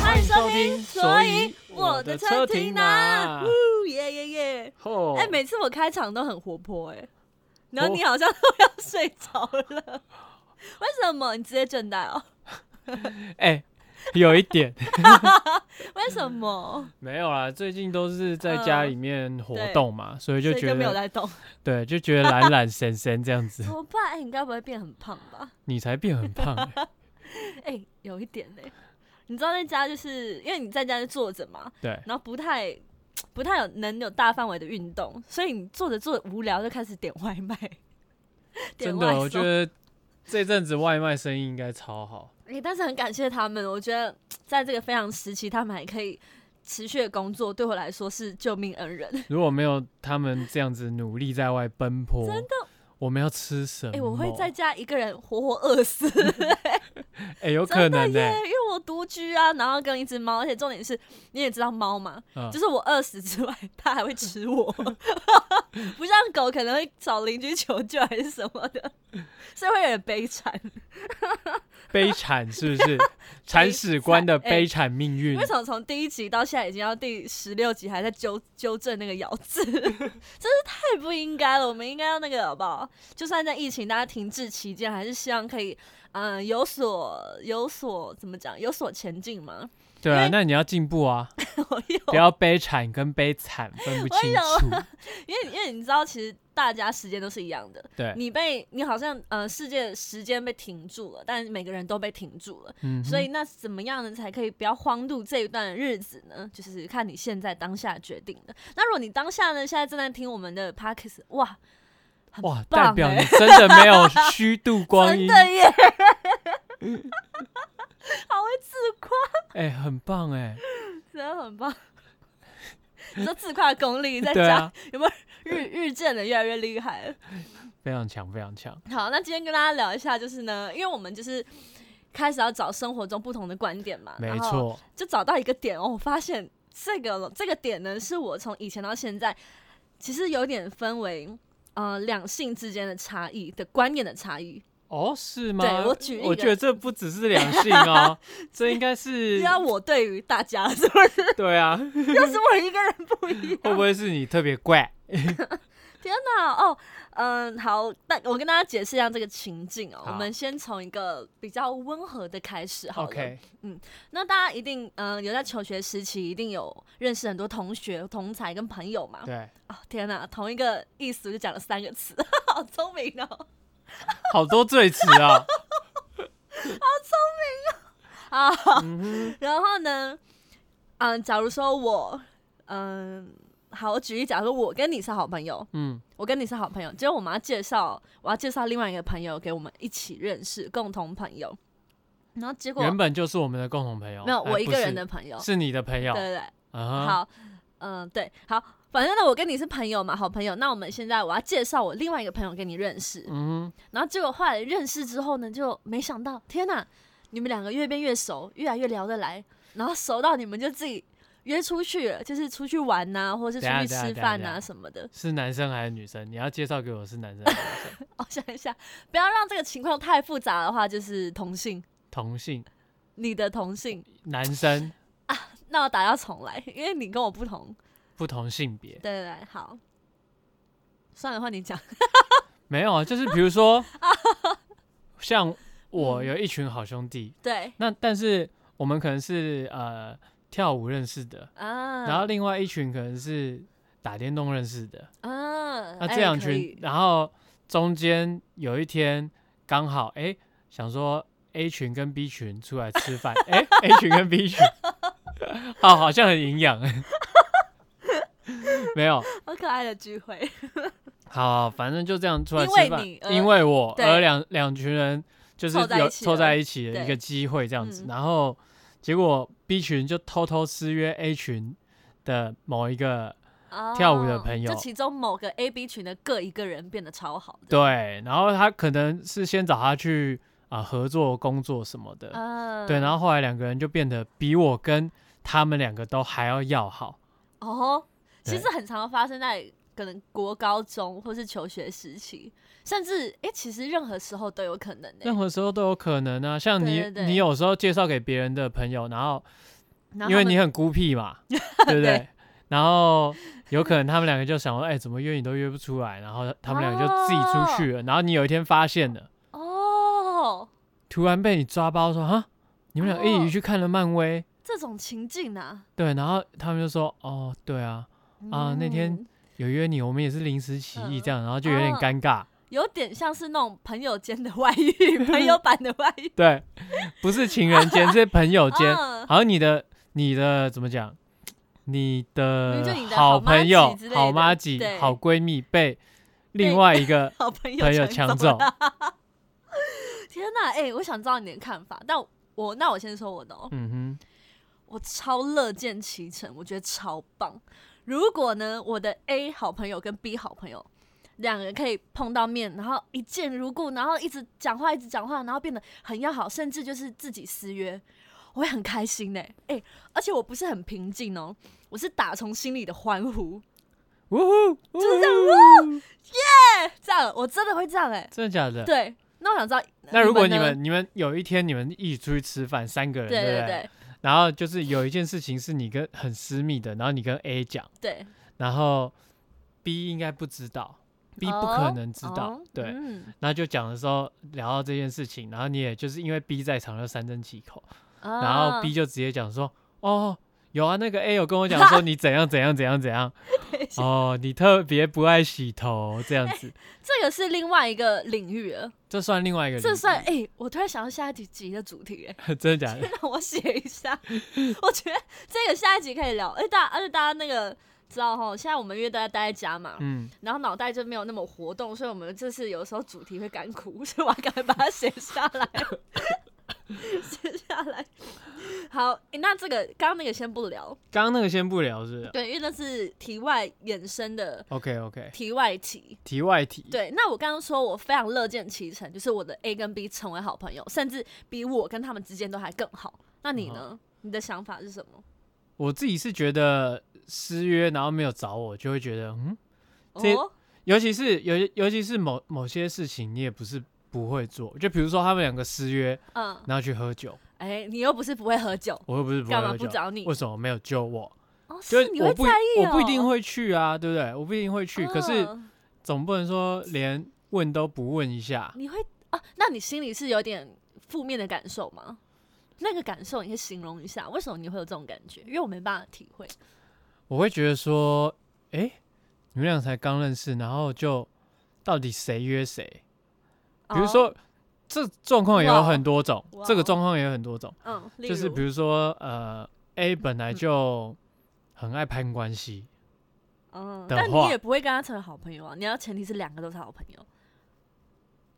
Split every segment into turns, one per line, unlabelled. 欢迎收
听
听，所以我的车停哪？呜耶耶耶！
哦，
哎，每次我开场都很活泼哎，然后
我
你好像都要睡着了，为什么？你直接倦怠哦？
哎有一点
为什么？
没有啦，最近都是在家里面活动嘛，所以
呃所
就
以
觉
就没有
得
在动，
对，就觉得懒懒神神这样子
怎，么办？哎，你该不会变很胖吧？
你才变很胖欸。
哎、有一点哎、你知道在家就是因为你在家就坐着嘛，
对，
然后不太不太有能有大范围的运动，所以你坐着坐着无聊就开始点外卖， 点
真
外
的，
送。
我觉得这阵子外卖生意应该超好。
哎、但是很感谢他们，我觉得在这个非常时期，他们还可以持续的工作，对我来说是救命恩人。
如果没有他们这样子努力在外奔波，真的，我们要吃什么？
哎、我会在家一个人活活饿 死。
哎，有可
真的
能呢
耶，，因为我独居啊，然后跟一只猫，而且重点是，你也知道猫嘛，
嗯
就是我饿死之外，它还会吃 我，不像狗可能会找邻居求救还是什么的，所以会有点悲惨。
悲惨是 不是？铲屎官的悲惨命运
为，什么从第一集到现在已经要第十六集，还在纠纠正那个咬字， 真是太不应该了。我们应该要那个好不好？就算在疫情大家停滞期间，还是希望可以，嗯、有所有所怎么讲，有所前进嘛。
对
因
啊
为，
那你要进步啊。
我有
不要悲惨跟悲惨分不
我
清
有
楚。
因为因为你知道，其实大家时间都是一样的。
对，
你被你好像呃，世界时间被停住了，但每个人都被停住了。
嗯哼，
所以那怎么样呢？才可以不要荒度这一段日子呢？就是看你现在当下决定的。那如果你当下呢，现在正在听我们的 p o d c a s t 哇，很
哇，
棒
代表
欸
你真的没有虚度光
真
阴，
的耶，好会自夸，
哎、很棒哎、
真的很棒。你说自夸的功力在
对
家、
啊，
有没有日日渐的越来越厉害了？
非常强，非常强。
好，那今天跟大家聊一下，就是呢，因为我们就是开始要找生活中不同的观点嘛，
没，错，
就找到一个点哦，我发现这个这个点呢，是我从以前到现在，其实有点分为呃两性之间的差异的观念的差异，
哦，是吗？
对我举例
我
的
觉得这不只是两性 哦，这应该
就是要我对于大家是不是，
对啊，
又是我一个人不一样，
会不会是你特别怪？
天哪！哦，嗯，好，那我跟大家解释一下这个情境哦。我
好
们先从一个比较温和的开始好了。
OK，
那大家一定，嗯、有在求学时期一定有认识很多同学、同才跟朋友嘛？
对，
哦，天哪，同一个意思我就讲了三个词，好聪明哦！
好多罪词 啊。
啊，
嗯哼，
然后呢，嗯、假如说我，嗯、好，我举例，假如说我跟你是好朋友，
嗯，
我跟你是好朋友，结果我们要介绍，我要介绍另外一个朋友给我们一起认识，共同朋友。然后结果
原本就是我们的共同朋友，
没有
哎
我一
不
个人
是
的朋友，
是你的朋友
对，对对，
嗯哼，
好，嗯，对，好，反正呢，我跟你是朋友嘛，好朋友。那我们现在我要介绍我另外一个朋友给你认识，
嗯哼，
然后结果后来认识之后呢，就没想到，天哪，你们两个越变越熟，越来越聊得来，然后熟到你们就自己约出去了，就是出去玩呐、或者是
等下
出
等
去
下
吃
等下
饭啊
等
呐、
下
什么的。
是男生还是女生？你要介绍给我是男生还是女生？
我哦想一下，不要让这个情况太复杂的话，就是同性，
同性
你的同性，
男生
那我打要重来，因为你跟我不同。
不同性别，
对对对，好，算了，换你讲。
没有啊，就是比如说，像我有一群好兄弟，
对
那但是我们可能是呃跳舞认识的，
啊，
然后另外一群可能是打电动认识的，
啊，
那
哎
这两
可
群
以，
然后中间有一天刚好哎、想说 A 群跟 B 群出来吃饭，哎、A 群跟 B 群， 哦好像很营养， 没有，
好可爱的聚会，
好，反正就这样出来
因
吃
为
饭
你，而
因为我
对
而两两群人就是
凑在一
有
起
凑
了
在一起的
对
一个机会这样子，
嗯
然后结果 B 群就偷偷私约 A 群的某一个跳舞的
哦
朋友
就其中某个 A、B 群的各一个人变得超好的，
对，然后他可能是先找他去啊、合作工作什么的，
嗯，
呃对，然
后
后后来两个人就变得比我跟他们两个都还要要好，
哦，其
对
实很常发生在可能国高中或是求学时期，甚至诶，其实任何时候都有可能诶。
任何时候都有可能啊。像你，
对对对
你有时候介绍给别人的朋友，然后
然后
因为
他们
你很孤僻 嘛，对不对？然后有可能他们两个就想说，哎、怎么约你都约不出来，然后他们两个就自己出去了。然后你有一天发现了，
哦，
突然被你抓包说，哈，你们俩一起去看了漫威，
这种情境啊
对，然后他们就说，哦，对啊，啊那天
嗯
有约你，我们也是临时起意
嗯
这样，然后就有点
哦
尴尬，
有点像是那种朋友间的外 遇，朋友版的外遇。
对，不是情人 间，是朋友间。
嗯
好像你的你的怎么讲？你的
明明就你的
好
好妈
朋
吉
友
之、类
好
的
妈吉、
对
好闺蜜被另
被
外一 个
好朋友
朋友抢走
了，天哪！哎、我想知道你的看法，但我那我先说我的、哦，
嗯
我超乐见其成，我觉得超棒。如果呢，我的 A 好朋友跟 B 好朋友两个人可以碰到面，然后一见如故，然后一直讲话，一直讲话，然后变得很要好，甚至就是自己私约，我会很开心呢、哎、而且我不是很平静哦，我是打从心里的欢呼，
哼，呜呼，
就是这样，
呜呼
哇耶、这样我真的会这样哎、
真的假的？
对，那我想知道，
那如果你
呢
们你们有一天你们一起出去吃饭，三个人
对
对不
对对
然后就是有一件事情是你跟很私密的，然后你跟 A 讲，
对，
然后 B 应该不知道，B 不可
哦
能知道，
哦
对，
嗯
那就讲的时候聊到这件事情，然后你也就是因为 B 在场就三缄其口，然
啊
后 B 就直接讲说，哦，有啊，那个 A 有跟我讲 说你怎样怎样怎样怎样，哦，你特别不爱洗头这样子，
这个是另外一个领域了，
这算另外一个领域，
这算哎、我突然想到下一集集的主题、哎，
真的假的？
让我写一下， 我觉得这个下一集可以聊，哎、大而且大家那个。知道哈，现在我们因为都在待在家嘛，
嗯，
然后脑袋就没有那么活动，所以我们这次有时候主题会干枯， 所以我要赶快把它写下来， 写下来。好，哎那这个刚刚那个先不聊，
刚刚那个先不聊是不是
对，因为那是题外衍生的
？OK OK，
题外题。
题外题，
对，那我刚刚说我非常乐见其成，就是我的 A 跟 B 成为好朋友，甚至比我跟他们之间都还更好。那你
嗯
呢？你的想法是什么？
我自己是觉得失约然后没有找我，就会觉得嗯，这
哦，
尤其是尤尤其是某某些事情你也不是不会做，就比如说他们两个失约，
嗯，
然后去喝酒，
哎、你又不是不会喝酒，
我又不是不会
干嘛
喝
不
酒，
找你
为？什么没有救我？
哦，
就是
你
我
会
不
在意、哦
我不一定会去啊，对不对？我不一定会去，可是
嗯
总不能说连问都不问一下，
你会啊？那你心里是有点负面的感受吗？那个感受你可以形容一下，为什么你会有这种感觉？因为我没办法体会。
我会觉得说，哎、你们俩才刚认识，然后就到底谁约谁？比如
哦，
说，这状况也有很多种
哇，哦
这个
哇
状况也有很多种，
嗯，例
就是
如
比如说，呃，A 本来就很爱攀关系，
嗯，
的
但你
话
也不会跟他成为好朋友啊。你要前提是两个都是好朋友，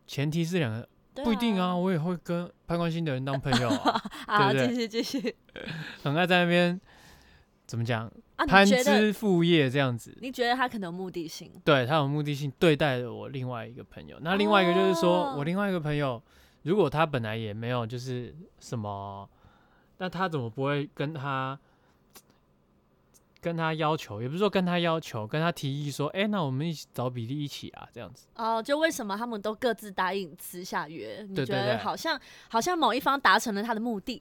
前提是两个
对
不一定啊，。我也会跟攀关系的人当朋友 啊，
啊，
对不
继
对
续继续。
很爱在那边怎么讲
啊，
攀
你觉得
枝附叶这样子。
你觉得他可能有目的性？
对他有目的性对待了我另外一个朋友，那另外一个就是说
哦
我另外一个朋友，如果他本来也没有就是什么，那他怎么不会跟他跟他要求，也不是说跟他要求，跟他提议说，哎、那我们一起找比例一起啊，这样子。
哦、就为什么他们都各自答应私下约？你
对
觉
对
得
对
好像好像某一方达成了他的目的，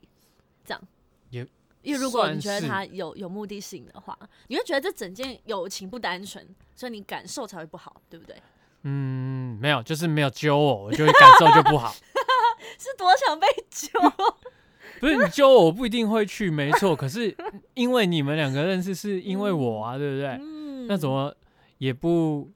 这样
也。
因为如果
算
你觉得
是
他有有目的性的话，你会觉得这整件友情不单纯，所以你感受才会不好，对不 对？
嗯，没有，就是没有揪我，我就会感受就不 好。
是多想被 揪
不是你揪我，我不一定会去，没错。可是因为你们两个认识，是因为我啊，对不对？
嗯
那怎么也不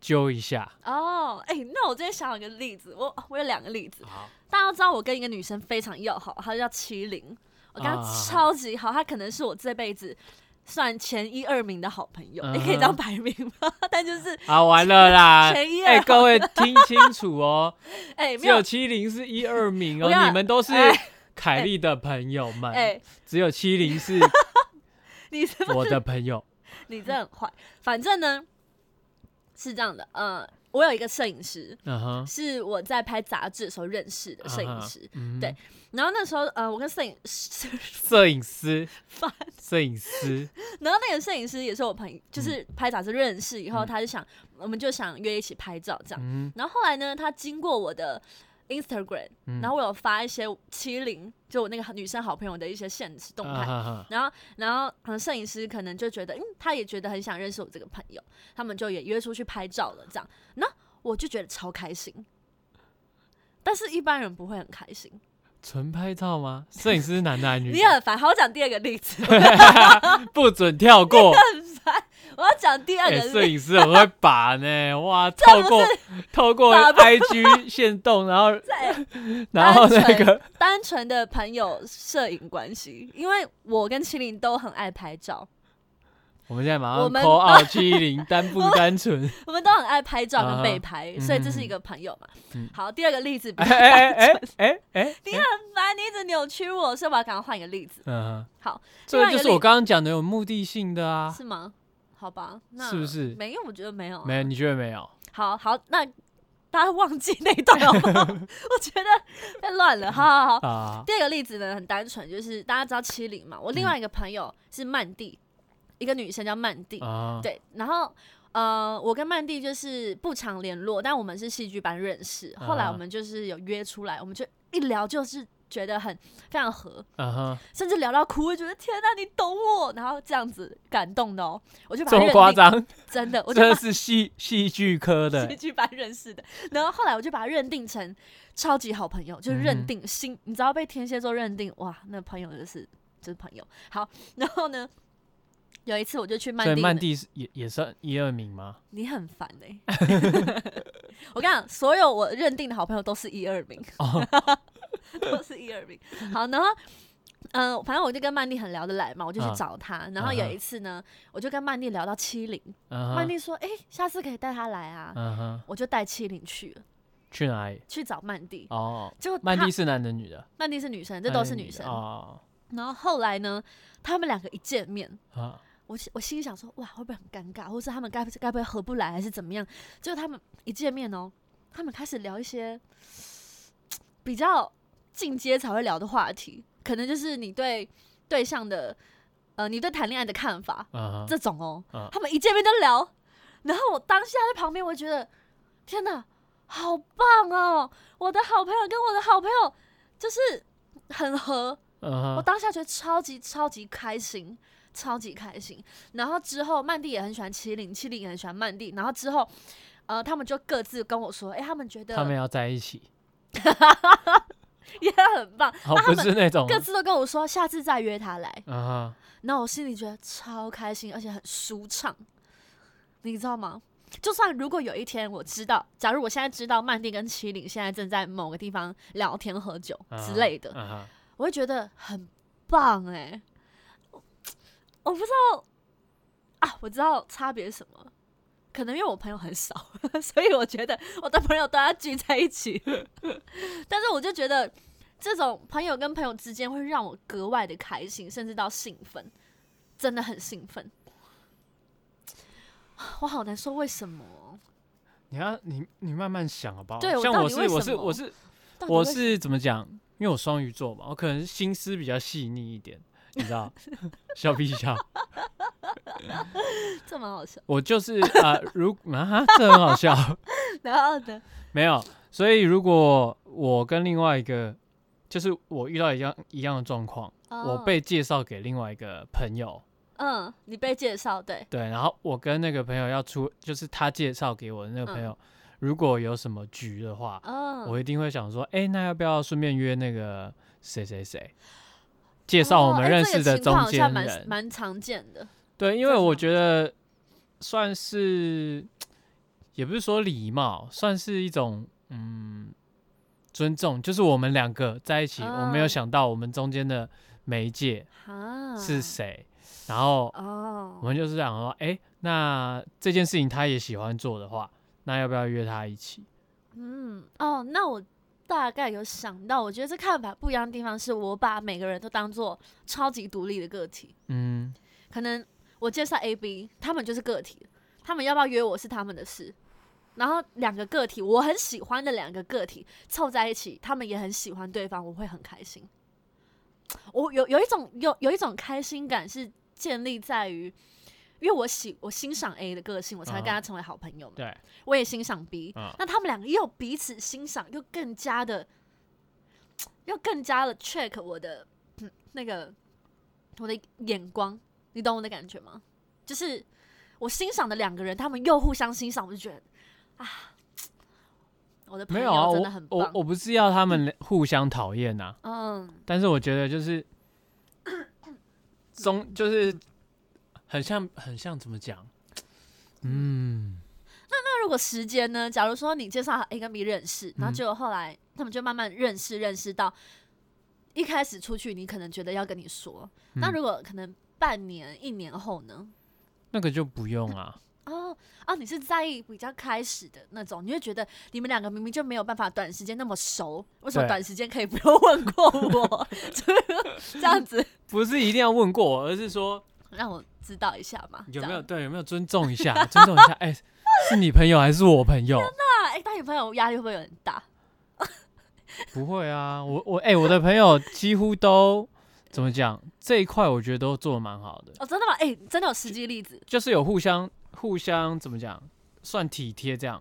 揪一下？
哦，哎、那我今天想有一个例子，我我有两个例子。
好，
大家都知道我跟一个女生非常要好，她叫麒麟，我跟她
啊
超级好，她可能是我这辈子算前一二名的好朋友，
嗯
也、
哼
可以当排名吗？ 但就是
好完了啦！
前一二
哎、各位听清楚 哦，
哎、
只
没有
有七零是一二名哦，
我跟你
你们都是
哎
凯莉的朋友们，
哎、
只有七零 是
你是
我的朋友。
你这很坏。反正呢，是这样的，嗯，我有一个摄影师，
嗯哼，
是我在拍杂志的时候认识的摄影师。
嗯哼，
对然后那时候，呃，我跟摄影师
摄影师，
烦，
摄影师，
然后那个摄影师也是我朋友，就是拍杂志认识以后，
嗯
他就想，我们就想约一起拍照这样。
嗯
然后后来呢，他经过我的 Instagram，
嗯，
然后我有发一些七零，就我那个女生好朋友的一些现实动态。
啊哈哈
然后，然后，嗯，摄影师可能就觉得，嗯，他也觉得很想认识我这个朋友，他们就也约出去拍照了，这样。那我就觉得超开心，但是一般人不会很开心。
纯拍照吗？ 摄影师是男的还是女
你
的？
很烦，好，我讲第二个例子，
不准跳过。
我要讲第二
哎，
个
摄
例子，
影师很会把呢， 哇，透过透过
把吧
IG 线动，然后
在
然后那
单纯
个
单纯的朋友摄影关系，因为我跟麒麟都很爱拍照，
我们现在马
我
上
们
扣二七零， 单不单 纯？
我们都很爱拍照
啊
跟
哈
被拍，所以这是一个朋友嘛。
嗯
好，第二个例子比
哎
较
哎
单
哎
纯，
哎哎哎，
你很烦，你一直扭曲我，所以我要赶快换一个例子，
嗯，
好，
这
另
个
外
就
一个
是我
例
刚刚讲的有目的性的啊，
是吗？好吧，那
是不是
没有，我觉得没有啊、
没有？你觉得没有？
好好，那大家忘记那一段好不好？ 我觉得太 乱了。好好好，
啊，
第二个例子呢，很单纯，就是大家知道七零嘛，我另外一个朋友是曼蒂，一个女生叫曼蒂，
啊，
对，然后。呃，我跟曼蒂就是不常联络，但我们是戏剧班认识。后来
啊
我们就是有约出来，我们就一聊，就是觉得很非常合，
嗯哼，
甚至聊到哭，我觉得天哪、你懂我，然后这样子感动的哦，我就把
这
她
么
认
夸
定，
张？
真的，我就
真
把
的是戏戏剧科的
戏
欸，
剧班认识的。然后后来我就把他认定成超级好朋友，就
嗯
认
哼
定新，你知道被天蝎座认定，哇，那朋友就是就是朋友。好，然后呢，有一次我就去曼
所以
蒂，
曼蒂是也也算一二名吗？
你很烦哎、 我跟你讲，所有我认定的好朋友都是一二 名，
哦
都是一二名。好，然后。嗯、反正我就跟曼蒂很聊得来嘛，我就去
啊
找她。然后
啊
有
哈
一次呢，我就跟曼蒂聊到七零，
嗯
曼
哼，
蒂说：“哎、下次可以带她来啊。
嗯哼，
我就带七零去了，
去哪里？
去找曼蒂。
哦，
结果
曼
她
蒂是男的女的？
曼蒂是女生，这都是
曼蒂
女生。
哦
然后后来呢，他们两个一见面，
啊，
我心我心里想说，哇，会不会很尴尬，或是他们该不该不会合不来，还是怎么样？结果他们一见面哦，他们开始聊一些嘖比较进阶才会聊的话题，可能就是你对对象的，呃，你对谈恋爱的看法
嗯哼，
这种哦。
嗯
他们一见面就聊，然后我当下在旁边，我觉得天哪，好棒哦！我的好朋友跟我的好朋友就是很合，
嗯
我
哼，
当下觉得超级超级开心，超级开心。然后之后曼蒂也很喜欢麒麟，麒麟也很喜欢曼蒂。然后之后，呃，他们就各自跟我说，哎、他们觉得
他们要在一起，
也很棒，
哦，
那他
不
们
是那种，
各自都跟我说下次再约他来。
嗯哼，
然后我心里觉得超开心，而且很舒畅，你知道吗？就算如果有一天我知道，假如我现在知道曼蒂跟麒麟现在正在某个地方聊天喝酒
嗯
之
哼
类的，
嗯哼，
我会觉得很棒哎、我我不知道啊，我知道差别是什么，可能因为我朋友很少， 所以我觉得我的朋友都要聚在一起， 但是我就觉得这种朋友跟朋友之间会让我格外的开心，甚至到兴奋，真的很兴奋。 我好难说为什么哦，
你要你你慢慢想好不好？
对我
像
到
我
底
是
为
我
什
是
么
我是
到底
我
为什
是怎么讲？因为我双鱼座嘛，我可能心思比较细腻一点，你知 道？笑屁笑，
这么好笑，
我就是啊、呃如啊哈，这很好笑，
然后呢，
没有。所以如果我跟另外一个，就是我遇到一样一样的状况，我
哦
被介绍给另外一个朋友，
嗯，你被介绍对，
对，然后我跟那个朋友要出，就是他介绍给我的那个朋
嗯
友，如果有什么局的话，
嗯，
我一定会想说，哎、那要不要顺便约那个谁谁谁，介绍
哦
我们
哎
认
这
识
个
的
情况
中
好像
间
蛮
人？
蛮常见的。
对，因
这
为
个
我
情
觉得算是，也不是说礼貌，算是一种嗯尊重，就是我们两个在一起，我没有
啊
想到我们中间的媒介
啊，
是谁，然后我
哦，
们就是想说，哎、那这件事情他也喜欢做的话，那要不要约他一起？
嗯，哦，那我大概有想到，我觉得这看法不一样的地方是我把每个人都当做超级独立的个体，
嗯，
可能我介绍 A、B，他们就是个体，他们要不要约我是他们的事。然后两个个体，我很喜欢的两个个体凑在一起，他们也很喜欢对方，我会很开心。我有有一种有有一种开心感是建立在于，因为我喜我欣赏 A 的个性，我才会跟他成为好朋友嘛。
对，
我也欣赏 B，、
嗯
那他们两个又彼此欣赏，又更加的，又更加的 check 我的 嗯那个我的眼光，你懂我的感觉吗？就是我欣赏的两个人，他们又互相欣赏，我就觉得啊，我的朋
没有啊，
友真的
我
很棒
我。我不是要他们互相讨厌呐，
嗯，
但是我觉得 就是中就是很像很像怎么讲，嗯，
那如果时间呢？假如说你介绍 A 跟 B 认识，
嗯
然后结果后来他们就慢慢认识，认识到一开始出去，你可能觉得要跟你说，
嗯
那如果可能半年、一年后呢？
那个就不用 啊，
哦哦，你是在意比较开始的那种，你会觉得你们两个明明就没有办法短时间那么熟，为什么
对
短时间可以不用问过我？ 就是这样子
不是一定要问过我，而是说
让我知道一下嘛？
有没有
这样？
对有没有尊重一下，尊重一下，哎、是你朋友还是我朋友？
那哎，当女朋友压力会不会很大？
不会啊，我我哎、我的朋友几乎都怎么讲这一块，我觉得都做的蛮好的，
哦，真的吗？哎，真的有实际例子，
就是有互相互相怎么讲，算体贴这样。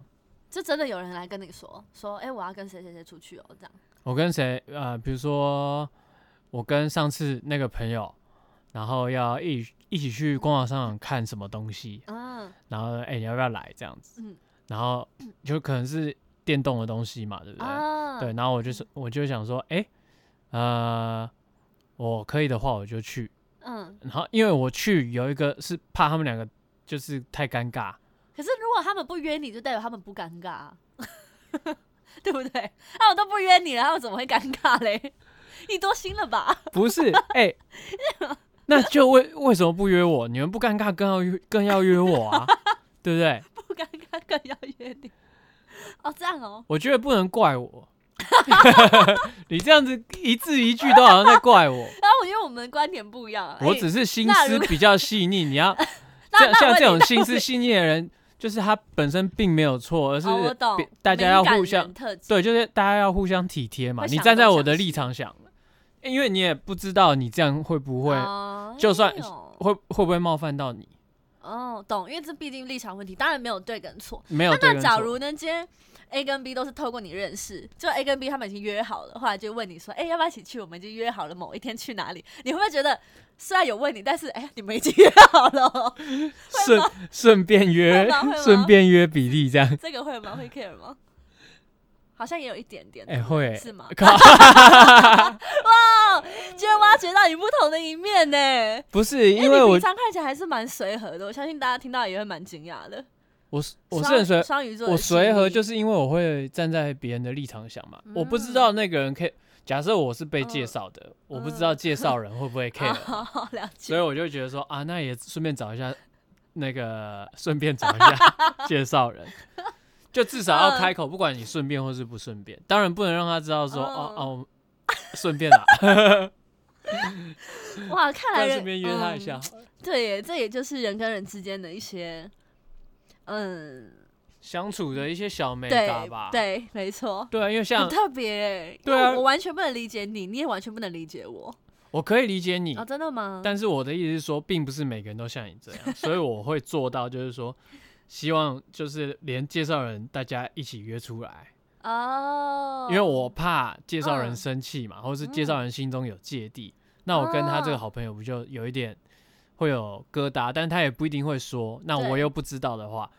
就真的有人来跟你说说，哎，我要跟谁谁谁出去哦，这样。
我跟谁呃，比如说我跟上次那个朋友，然后要一起一起去逛逛商场看什么东西，
嗯
然后哎、你要不要来这样子？
嗯
然后就可能是电动的东西嘛，对不对？
啊，
对，然后我就是我就想说，哎、呃，我可以的话我就去，
嗯。
然后因为我去有一个是怕他们两个就是太尴尬，
可是如果他们不约你，就代表他们不尴尬、 啊，对不对？他们都不约你了，他们怎么会尴尬嘞？ 你多心了吧？
不是？哎、那就为为什么不约我？你们不尴尬更要约更要约我啊，对不对？
不尴尬更要约你。哦，这样哦，
我觉得不能怪我， 你这样子一字一句都好像在怪我，
然后我因为我们观点不一样啊，
我
哎
只是心
那
思
如
比较细腻，你要 像
那那
像
我
这种
你
心思细腻的人，就是他本身并没有错，而是
哦，我懂
别，大家要
敏感
互相
人特质，
对，就是大家要互相体贴嘛。
会
你
想
站
东
在我
想
的
西
立场想，因为你也不知道你这样会不会、
哦
就算
哎呦
会会不会冒犯到你，
哦，懂，因为这毕竟立场问题，当然没有对跟错。
没有哦对
那
跟
假
错。
如呢，今天 A 跟 B 都是透过你认识，就 A 跟 B 他们已经约好了，后来就问你说，哎、要不要一起去？我们已经约好了某一天去哪里？你会不会觉得虽然有问你，但是哎、你们已经约好了 哦，
顺顺便约
吗会，吗
顺便约比例这样，
这个会吗？会 care 吗？好像也有一点点，
哎、会
嗯是吗？
靠，
哇，居然挖掘到你不同的一面呢！
不是
哎
因为
你
我
平常看起来还是蛮随和的，我相信大家听到也会蛮惊讶的。
我是我是
双
很随
双鱼座的
我
细腻，
随和，就是因为我会站在别人的立场想嘛，我不知道那个人 care。假设我是被介
嗯
绍的，我不知
嗯哦
道介绍人会不 会 care，、
好好了解
所以我就觉得说啊，那也顺便找一下那个，顺便找一 下介绍人，就至少
嗯
要开口，不管你顺便或是不顺便，当然不能让他知道说哦
嗯
哦，顺便啦，
哇！看来
但
人
顺便约他一下
嗯，对耶，这也就是人跟人之间的一些，嗯，
相处的一些小美嘎
对哦
吧，
对，没错，
对啊，因为
很
像
特别耶。
对啊
因为我我完全不能理解你，你也完全不能理解我。
我可以理解你
哦，，真的吗？
但是我的意思是说，并不是每个人都像你这样，所以我会做到就是说，希望就是连介绍人大家一起约出来。
哦，
因为我怕介绍人
嗯
生气嘛，或是介绍人心中有芥蒂，那我跟他这个
哦
好朋友不就有一点会有疙瘩？但他也不一定会说，那我
对
又不知道的话，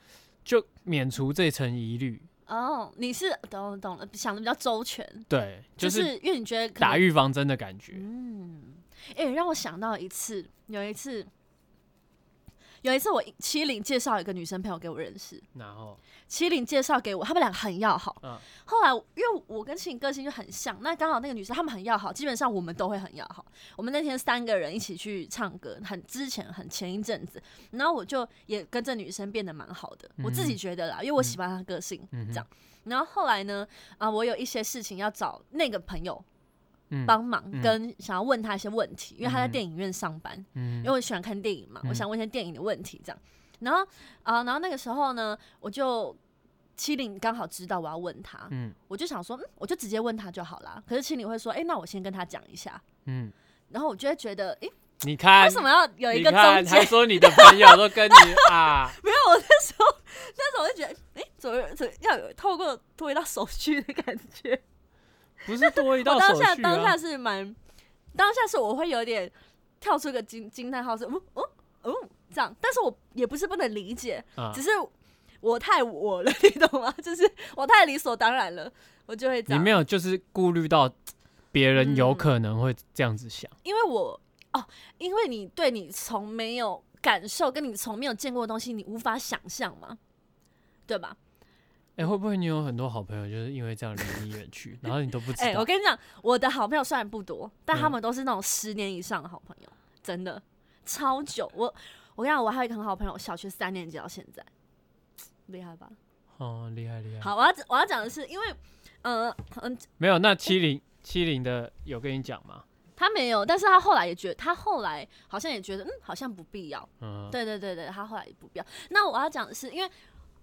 就免除这层疑虑。
哦，你是懂懂了，想的比较周全，
对，就
就是是因为你觉得可能
打预防针的感觉。
嗯，哎、让我想到一次，有一次，有一次我七零介绍一个女生朋友给我认识，
然后，
七零介绍给我，他们俩很要好。
嗯
后来因为我跟七零个性就很像，那刚好那个女生他们很要好，基本上我们都会很要好。我们那天三个人一起去唱歌，很之前很前一阵子，然后我就也跟这女生变得蛮好的，我自己
嗯
觉得啦，因为我喜欢她的个性。
嗯哼，
这样然后后来呢，啊、我有一些事情要找那个朋友
嗯
帮忙
嗯
跟想要问他一些问题，因为他在
嗯
电影院上班，
嗯
因为我喜欢看电影嘛，
嗯
我想问一些电影的问题这样。然后啊、然后那个时候呢，我就七零刚好知道我要问他，
嗯
我就想说，嗯，我就直接问他就好啦。可是七零会说，哎、那我先跟他讲一下。
嗯，
然后我就会觉得，诶、
你看，
为什么要有一
你
个中
看，还
间？
说你的朋友都跟你啊，
没有，我那时候那时候我就觉得，诶、怎么怎么要有透过多一道手续的感 觉？
不是多一道
我当
手续
下
啊。
当下是蛮，当下是我会有点跳出个惊惊叹号是，嗯嗯嗯这样，但是我也不是不能理解，
啊
只是我太我了，你懂吗？就是我太理所当然了，我就会这
你
样
没，有就是顾虑到别人有
嗯
可能会这样子想，
因为我哦，因为你对你从没有感受，跟你从没有见过的东西，你无法想象嘛，对吧？
哎、会不会你有很多好朋友就是因为这样离你远去，然后你都不知
哎、
道？
我跟你讲，我的好朋友虽然不多，但他
嗯
们都是那种十年以上的好朋友，真的超久。我我跟你讲，我还有一个很好朋友，小学三年级到现在，厉害吧？
哦，厉害厉害。
好，我要我要讲的是，因为呃嗯，
没有，那七零七零的有跟你讲吗？
他没有，但是他后来也觉得，他后来好像也觉得，嗯，好像不必要。
嗯，
对对对对，他后来也不必要。那我要讲的是，因为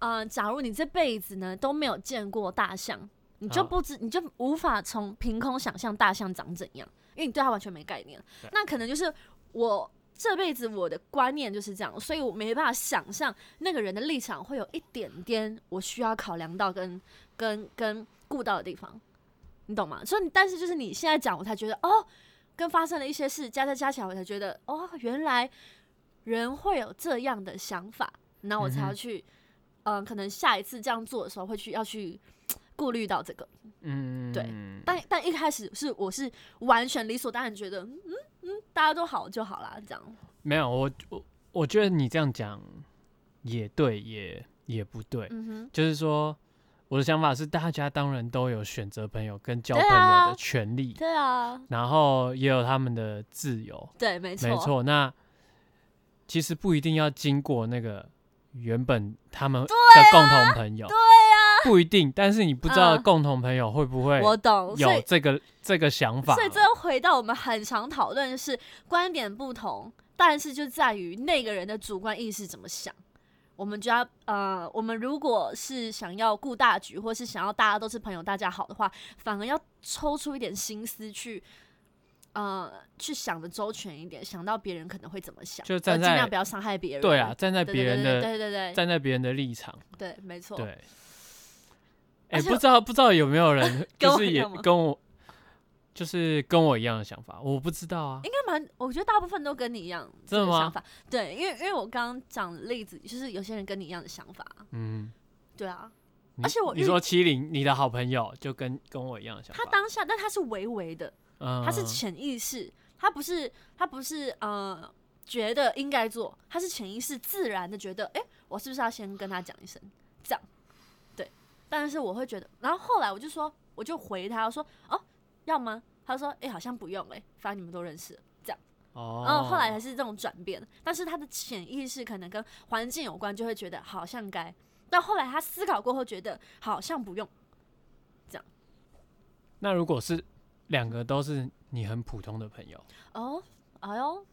呃，假如你这辈子呢都没有见过大象，你就
啊
不知，你就无法从凭空想象大象长怎样，因为你对它完全没概念
对。
那可能就是我这辈子我的观念就是这样，所以我没办法想象那个人的立场会有一点点我需要考量到跟跟跟顾到的地方，你懂吗？所以你但是就是你现在讲，我才觉得哦，跟发生了一些事加加加起来，我才觉得哦，原来人会有这样的想法，那我才
嗯
要
哼
去，嗯、可能下一次这样做的时候会去要去顾虑到这个。
嗯，
对但但一开始是我是完全理所当然觉得，嗯嗯嗯，大家都好就好啦，这样。
没有，我我我觉得你这样讲也对，也也不对。
嗯哼，
就是说，我的想法是，大家当然都有选择朋友跟交
对
朋友
啊
的权利，
对啊，
然后也有他们的自由。
对，没错，
没错，那其实不一定要经过那个原本他们的共同朋友，对呀、不一定。但是你不知道
啊嗯
共同朋友会不会
我懂。所
有
以
这个这个想法
所以这又回到我们很常讨论的是观点不同，但是就在于那个人的主观意识怎么想。我们就要呃，我们如果是想要顾大局，或是想要大家都是朋友，大家好的话，反而要抽出一点心思去，呃，去想的周全一点，想到别人可能会怎么想，
就
而
站
尽
在
量不要伤害别人。
对啊，，站在
对
别人
对
的
对对对对
站在别人的立场，
对，没错。
对。哎、
而且
不知道不知道有没有 人
跟
就
我
是
一
也
样吗
跟我就是跟我一样的想法，我不知道啊。
应该蛮，我觉得大部分都跟你一样这
真的
个
吗
想法。对，因为因为我刚刚讲的例子，就是有些人跟你一样的想法。
嗯，
对啊，
你
而且我
你
遇
说七零，你的好朋友就跟跟我一样的想法，
他当下，但他是微微的，
嗯
他是潜意识，他不是他不是呃觉得应该做，他是潜意识自然的觉得，诶，我是不是要先跟他讲一声这样？对，但是我会觉得，然后后来我就说，我就回他我说，哦，要吗？他说，诶，好像不用、诶，反正你们都认识了这样。
哦，
嗯然后后来还是这种转变，但是他的潜意识可能跟环境有关，就会觉得好像该。但后来他思考过后，觉得好像不用。
那如果是两个都是你很普通的朋友，
哦，哎呦，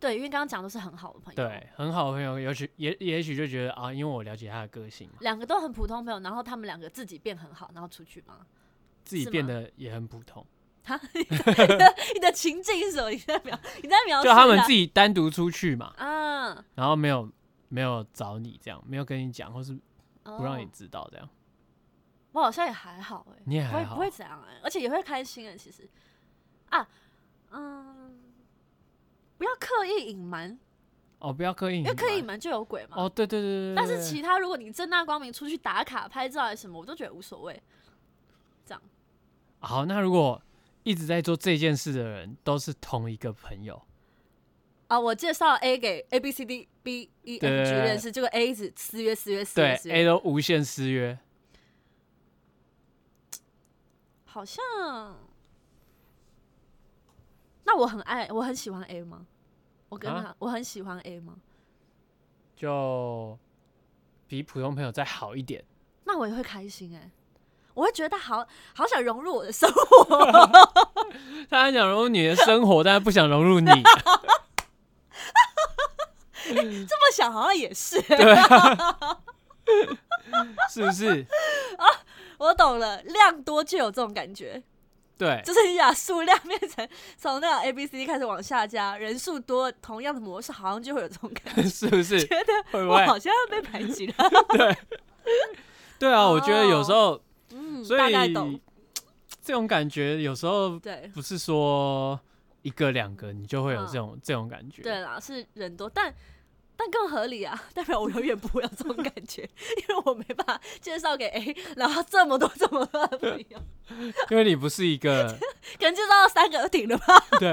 对，因为刚刚讲都是很好的朋友，，
对，很好的朋友，也许也也许就觉得啊，因为我了解他的个性嘛，
两个都很普通朋友，然后他们两个自己变很好，然后出去吗？
自己
是
变
吗
得也很普通，
哈，你的你的情境是什么？你在描你在描述
就他们
的
自己单独出去嘛，
啊，
然后没有没有找你这样，没有跟你讲，或是
不
不让你知道这样，
哦我好像也还好哎、
你也
不会
还
不
好
会，怎样哎、而且也会开心哎、其实啊，嗯，不要刻意隐瞒，
哦，不要刻意隐
因
瞒，
为刻意隐瞒就有鬼嘛。
哦，对对对对，
但是
对
其他如果你正大光明出去打卡拍照还是什么，我都觉得无所谓。这样
好，那如果一直在做这件事的人都是同一个朋友，
啊，我介绍 A 给 A B C D B E
对
F
对
G
对
认识，结果 A 一直私约私约私
对
约私约，
A 都无限失约，
好像。那我很爱，我很喜欢 A 吗？我跟他，
啊
我很喜欢 A 吗？
就比普通朋友再好一点。
那我也会开心哎、我会觉得他好好想融入我的生 活，
他很想融入你的生活，但是不想融入你。
这么想好像也是，
对 啊是不是？
我懂了，量多就有这种感觉，
对，
就是你把数量变成从那种 A B C 开始往下加，人数多，同样的模式好像就会有这种感觉，
是不是？
觉得
会不
我
会？
好像被排挤了。
对啊，我觉得有时候，
哦嗯，
所
大概
以
懂，
这种感觉有时候
对。
不是说一个两个你就会有这种、这种感觉。
嗯对啦，是人多，但但更合理啊， 代表我永远不会有这种感觉， 因为我没办法介绍给 A，然后这么多这么多的朋友，
因为你不是一个
可能介绍到三个就停了吧。
对，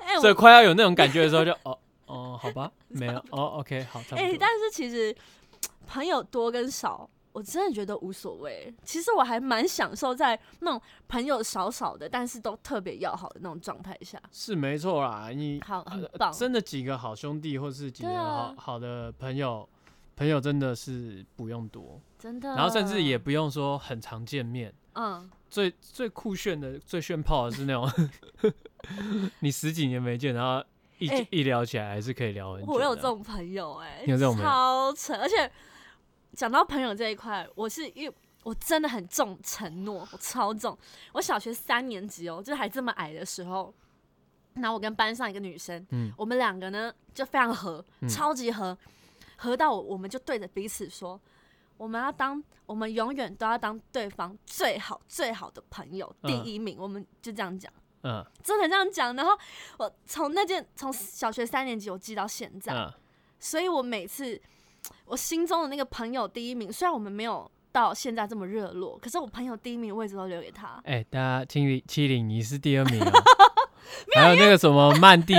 哎、
所以
我
快要有那种感觉的时候就，哦哦，好 吧，没有哦，OK，好，差不多。
哎、但是其实朋友多跟少。我真的觉得无所谓。其实我还蛮享受在那种朋友少少的，但是都特别要好的那种状态下，
是没错啦，你
好，很
呃
棒。
真的几个好兄弟或是几个
对
好、
啊
好的朋友，朋友真的是不用多，
真的。
然后甚至也不用说很常见面。
嗯，
最最酷炫的、最炫炮的是那种， 你十几年没见，然后一、
哎
一聊起来还是可以聊很久。
我有这，种朋友哎、
你有这种朋友
超扯，而且讲到朋友这一块，我是因为我真的很重承诺，我超重。我小学三年级哦，就是还这么矮的时候，然后我跟班上一个女生，
嗯
我们两个呢就非常合，
嗯
超级合，合到我我们就对着彼此说。我们要当，我们永远都要当对方最好最好的朋友，第
嗯
一名，我们就这样讲。
嗯
真的这样讲。然后我从那件从小学三年级我记到现在，
嗯，
所以我每次我心中的那个朋友第一名，虽然我们没有到现在这么热络，可是我朋友第一名我一直都留给他。
哎、大家七零七零，你是第二名 哦。还有那个什么曼蒂，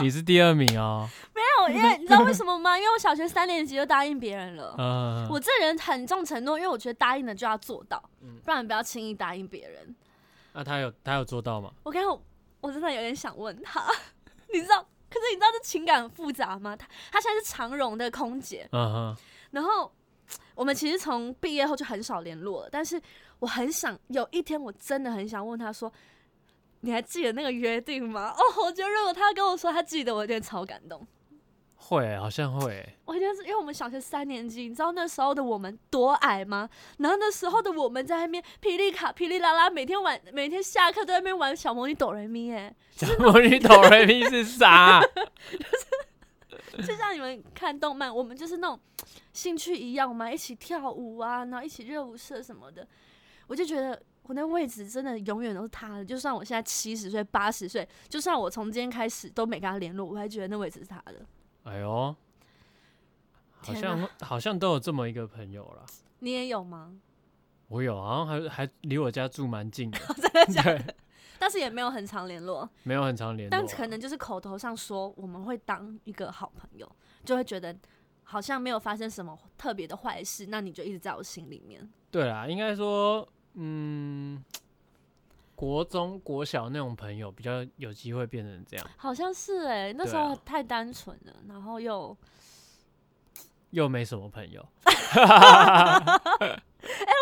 你是第二名哦。
没有，因为 你知道为什么吗？因为我小学三年级就答应别人了。
嗯，
我这人很重承诺，因为我觉得答应了就要做到
嗯，
不然不要轻易答应别人。
那他有他有做到吗？
我刚刚我真的有点想问他， 你知道？可是你知道这情感很复杂吗？他他现在是长荣的空姐，
嗯哼，
然后我们其实从毕业后就很少联络了，但是我很想有一天，我真的很想问他说：“你还记得那个约定吗？” 哦，我觉得如果他跟我说他记得，我一定超感动。
会，好像会。
我觉得是因为我们小学三年级，你知道那时候的我们多矮吗？然后那时候的我们在那边噼里卡噼里啦啦，每天晚每天下课都在那边玩小魔女哆来咪，哎，
小魔女哆瑞咪是 啥？
就像你们看动漫，我们就是那种兴趣一样，我们还一起跳舞啊，然后一起热舞社什么的。我就觉得我那位置真的永远都是他的，就算我现在七十岁、八十岁，就算我从今天开始都没跟他联络，我还觉得那位置是他的。
哎呦，好
天
像好像都有这么一个朋友啦。
你也有吗？
我有，啊好像还还离我家住蛮近的，
真的 假的？
对，
但是也没有很常联络，
没有很常联络啊。
但可能就是口头上说我们会当一个好朋友，就会觉得好像没有发生什么特别的坏事，那你就一直在我心里面。
对啦，应该说，嗯，国中、国小那种朋友比较有机会变成这样，
好像是哎、那时
对啊
候太单纯了，然后又
又没什么朋友。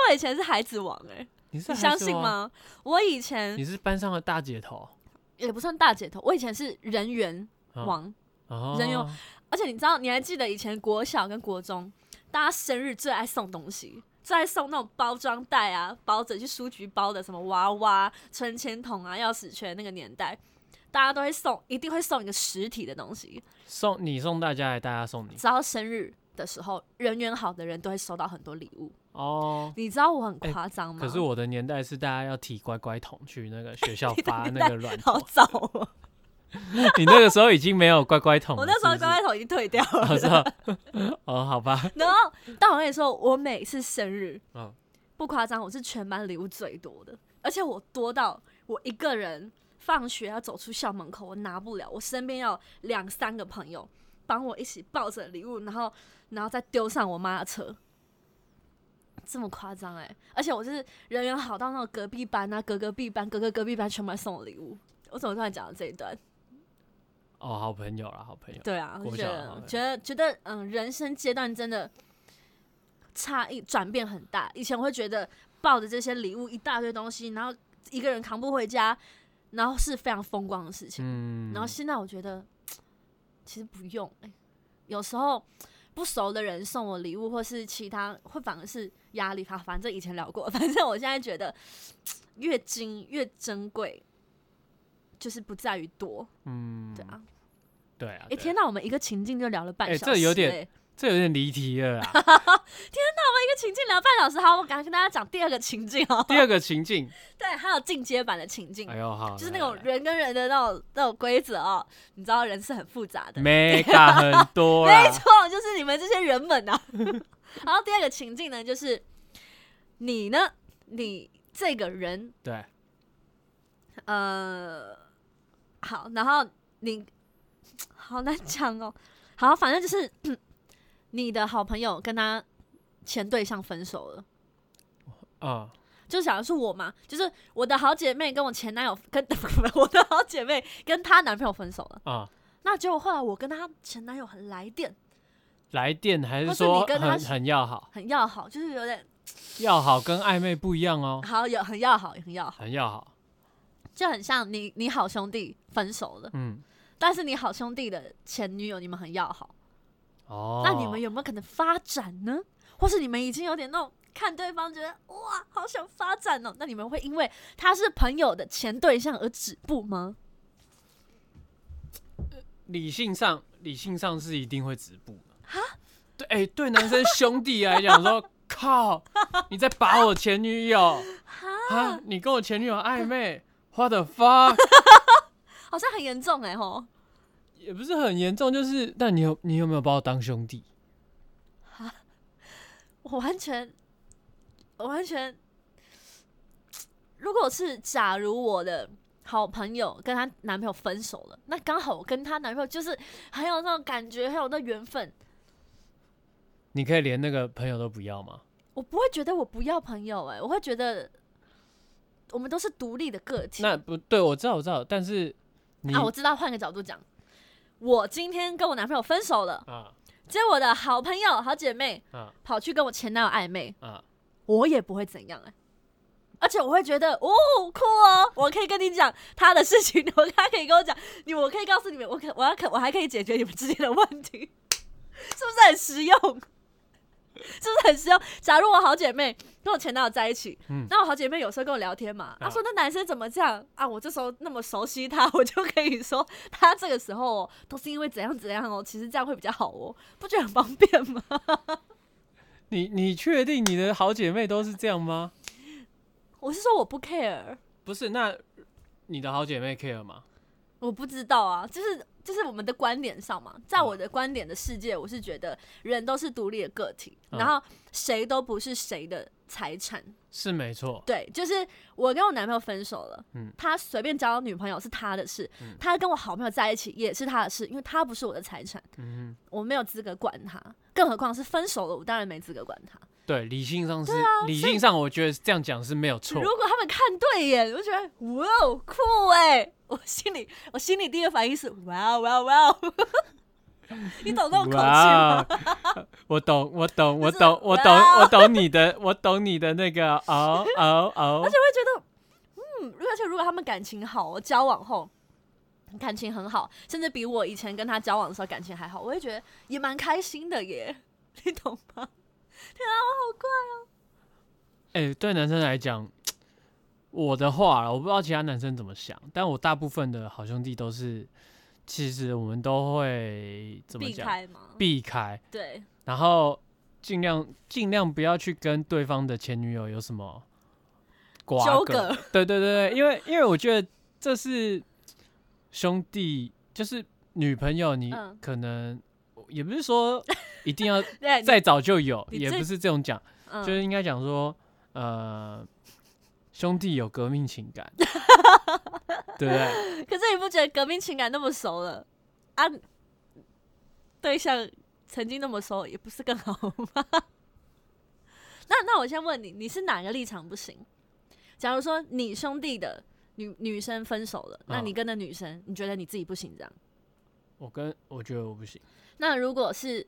我以前是孩子王哎、
你是
你
还
相
是
信？吗？我以前
你是班上的大姐头，
也不算大姐头，我以前是人缘
嗯
王，
哦，
人有而且你知道，你还记得以前国小跟国中，大家生日最爱送东西，最爱送那种包装袋啊、包着去书局包的什么娃娃、存钱筒啊、钥匙圈那个年代。大家都会送，一定会送一个实体的东西。
送你送大家，还是大家送你
只要生日的时候，人缘好的人都会收到很多礼物。
哦。
你知道我很
哎
夸张吗？
可是我的年代是大家要提乖乖桶去那个学 校发
年
那
代
个软
好
糖，
早哦，
你那个时候已经没有乖乖桶了，
我那时候
是不
乖
是
乖桶已经退掉 了。
哦，是吧？ 哦，好吧，
然后，但我跟你说，我每次生日，
嗯
不夸张，我是全班礼物最多的，而且我多到我一个人放学要走出校门口，我拿不了，我身边要两三个朋友帮我一起抱着礼物，然后然后再丢上我妈的车。这么夸张哎！而且我就是人缘好到那种隔壁班啊、隔隔壁班、隔隔隔壁班全部来送我礼物。我怎么突然讲到这一段？
哦，好朋友啦，好朋友，
对啊，我
国
就觉
小的话
得
对
觉得觉得嗯，人生阶段真的差异转变很大。以前我会觉得抱着这些礼物一大堆东西，然后一个人扛不回家，然后是非常风光的事情。
嗯，
然后现在我觉得其实不用、哎，有时候不熟的人送我礼物，或是其他，会反而是压力。好，反正以前聊过， 反正我现在觉得越精越珍贵，就是不在于多，
嗯，
对啊。
对啊，
哎、
对啊
天哪，我们一个情境就聊了半
哎
小时、
这有点
哎
这有点离题了 啦。
一个情境聊半小时，好，我赶快跟大家讲第二个情境哦。
第二个情境，
对，还有进阶版的情境，
哎呦好，
就是
来
那种
来来
人跟人的那种那种规则哦。你知道人是很复杂的，
mega 很多啦
没，错，就是你们这些人们啊。 然后第二个情境呢，就是你呢，你这个人，
对，
呃，好，然后你好难讲哦。好，反正就是 你的好朋友跟他前对象分手了。
啊，
就想的是我嘛，就是我的好姐妹跟我前男友跟我的好姐妹跟她男朋友分手了，
啊，
那结果后来我跟她前男友很来电，
来电还
或
是
是你
说
跟他
很
是
很要好，
很要好，就是有点
要好跟暧昧不一样 哦，
好有很要好，很要好，
很要好，
就很像你你好兄弟分手了，
嗯，
但是你好兄弟的前女友你们很要好，
哦，
那你们有没有可能发展呢？或是你们已经有点那种看对方觉得哇好想发展哦，那你们会因为他是朋友的前对象而止步吗？
理性上理性上是一定会止步的对，哎，对男生兄弟来讲说， 靠，你在把我前女友啊，你跟我前女友暧昧，花的 发。
好像很严重哎、吼。
也不是很严重，就是，但你有你有没有把我当兄弟？
我完全，我完全，如果是假如我的好朋友跟她男朋友分手了，那刚好我跟她男朋友就是很有那种感觉，很有那缘分，
你可以连那个朋友都不要吗？
我不会觉得我不要朋友哎、我会觉得我们都是独立的个体。
那不对，我知道我知道，但是你
啊，我知道，换个角度讲，我今天跟我男朋友分手了，
啊
结果我的好朋友、好姐妹
啊
跑去跟我前男友暧昧，
啊
我也不会怎样哎、而且我会觉得哦酷哦，我可以跟你讲他的事情，我他可以跟我讲，你我可以告诉你们，我可我要可我还可以解决你们之间的问题， 是不是很实用？是不是很实用？假如我好姐妹跟我前男友在一起，
嗯
那我好姐妹有时候跟我聊天嘛，她、
啊
说那男生怎么这样啊？我这时候那么熟悉他， 我就可以说他这个时候、哦、都是因为怎样怎样哦，其实这样会比较好哦，不觉得很方便吗？
你你确定你的好姐妹都是这样吗？
我是说我不 care。
不是，那你的好姐妹 care 吗？
我不知道啊，就是就是我们的观点上嘛，在
嗯
我的观点的世界，我是觉得人都是独立的个体，
嗯
然后谁都不是谁的财产。
是没错，
对，就是我跟我男朋友分手了，
嗯
他随便交女朋友是他的事，
嗯
他跟我好朋友在一起也是他的事，因为他不是我的财产，
嗯，
我没有资格管他，更何况是分手了，我当然没资格管他。
对，理性上是、
啊
理性上，我觉得这样讲是没有错
如。果他们看对眼，我就觉得哇哦酷哎、我心里我心里第一个反应是哇哦哇哦哇哦， 你懂那种口气吗？
哇， 我懂，我懂，我
就是
懂，我懂，
哇
我懂你的，我懂你的那个哦哦哦，
就会觉得，嗯，而且如果他们感情好，交往后感情很好，甚至比我以前跟他交往的时候感情还好，我会觉得也蛮开心的耶， 你懂吗？天啊，我好怪！
哎、对男生来讲，我的话啦，我不知道其他男生怎么想，但我大部分的好兄弟都是，其实我们都会怎么
避
讲，
开嘛，
避开，
对，
然后尽量尽量不要去跟对方的前女友有什么瓜
纠
葛。
葛，
对对对对，因为因为我觉得这是兄弟，就是女朋友，你
嗯
可能、也不是说一定 要
对，
再早就有，
你
也
这
不是这种讲。
嗯
就是应该讲说，呃，兄弟有革命情 感，对不对？
可是你不觉得革命情感那么熟了啊？对象曾经那么熟，也不是更好吗？ 那那我先问你，你是哪个立场不行？假如说你兄弟的女女生分手了，那
嗯
你跟那女生，你觉得你自己不行这样？
我跟我觉得我不行，
那如果是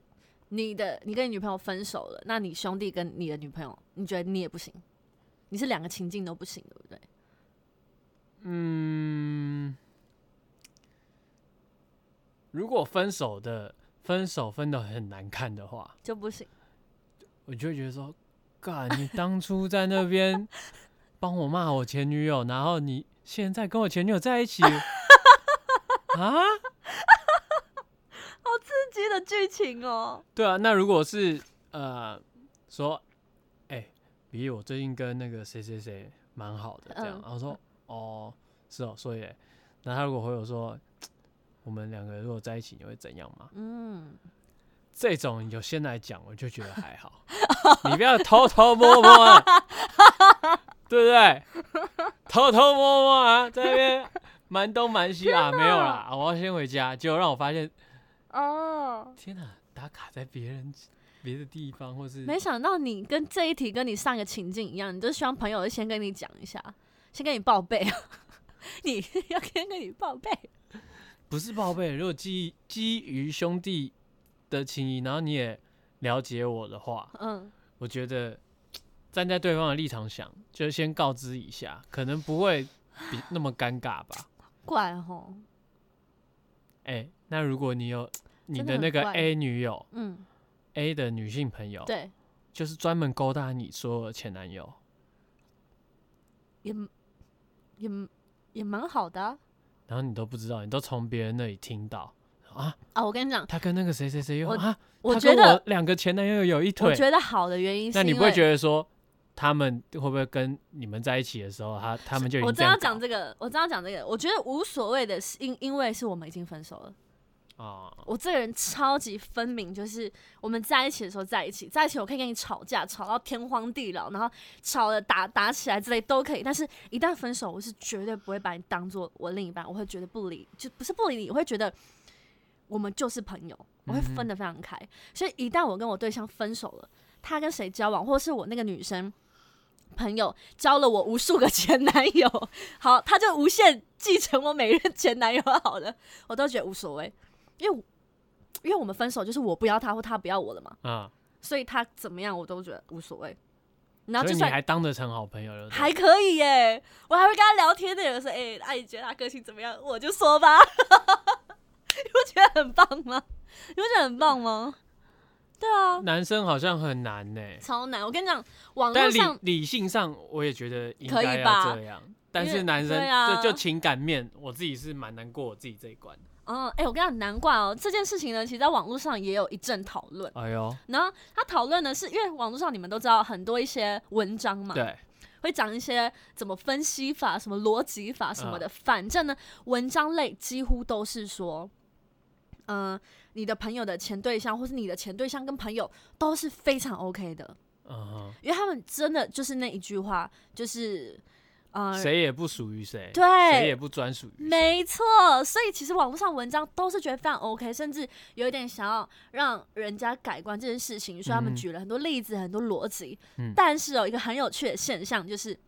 你的，你跟你女朋友分手了，那你兄弟跟你的女朋友，你觉得你也不行？你是两个情境都不行，对不对？
嗯，如果分手的分手分的很难看的话，
就不行。
我就会觉得说，干，你当初在那边帮我骂我前女友，然后你现在跟我前女友在一起， 啊？
刺激的剧情哦，
对啊，那如果是呃说，哎、比我最近跟那个谁谁谁蛮好的这样，
嗯
然后说哦是哦，所以嘞那他如果回我说，我们两个如果在一起你会怎样吗？
嗯，
这种有先来讲，我就觉得还 好，你不要偷偷摸摸、啊， 对不对？偷偷摸摸啊，在那边瞒东瞒西啊，没有啦，我要先回家，结果让我发现，
哦，
天哪，打卡在别人别的地方，或是
没想到你跟这一题跟你上个情境一样，你就是希望朋友先跟你讲一下，先跟你报备， 你要先跟你报备，
不是报备，如果基基于兄弟的情谊，然后你也了解我的话，
嗯，
我觉得站在对方的立场想，就先告知一下，可能不会比那么尴尬吧。
怪吼，
哎、那如果你有你
真
的
的很
那个
怪
A 女友
嗯，
A 的女性朋友，
对，
就是专门勾搭你所有的前男友，
也也也蛮好的啊
然后你都不知道，你都从别人那里听到啊，
啊我跟你讲，
他跟那个谁谁谁有
我
啊，
我
他
觉
跟
得
我两个前男友有一
我
腿，
觉得好的原因是
那你
因
不会
为
觉得说他们会不会跟你们在一起的时候，他他们就已
我
经
真要
样
讲这个，我真要讲这个，我觉得无所谓的是因因为是我们已经分手了。
个啊？
我这个人超级分明，就是我们在一起的时候在一起，在一起我可以跟你吵架，吵到天荒地老，然后吵了打打起来之类都可以。但是，一旦分手，我是绝对不会把你当做我另一半，我会觉得不理，就不是不理你，我会觉得我们就是朋友，我会
嗯哼
分得非常开。所以，一旦我跟我对象分手了，他跟谁交往，或是我那个女生。朋友交了我无数个前男友，好，他就无限继承我每任前男友好了，我都觉得无所谓，因为我因为我们分手就是我不要他或他不要我了嘛，
啊，
所以他怎么样我都觉得无所谓。然后
所
就
以你
算
还当得成好朋友了，对不对
还可以耶、我还会跟他聊天的。有时候，哎、啊，你觉得他个性怎么样？我就说吧， 你不觉得很棒吗？你不觉得很棒吗？对啊，
男生好像很难呢、
超难。我跟你讲，网
但
络
理
上
理性上，我也觉得应
可
该
以
要
吧
这样。但
因
是
为
男生
对啊
这就情感面，我自己是蛮难过我自己这一关。
嗯，哎、我跟你讲，难怪哦，这件事情呢，其实在网络上也有一阵讨论。
哎呦，
然后他讨论的是，因为网络上你们都知道很多一些文章嘛，
对，
会讲一些怎么分析法、什么逻辑法
嗯
什么的。反正呢，文章类几乎都是说，嗯、你的朋友的前对象，或是你的前对象跟朋友都是非常 OK 的，
嗯
因为他们真的就是那一句话，就是，
哼，
呃，
谁也不属于谁，谁也
对。
不专属于谁。
没错，所以其实网络上文章都是觉得非常 OK，甚至有一点想要让人家改观这件事情，所以他
嗯
们举了很多例子、很多逻辑。
嗯
但是有一个很有趣的现象，就是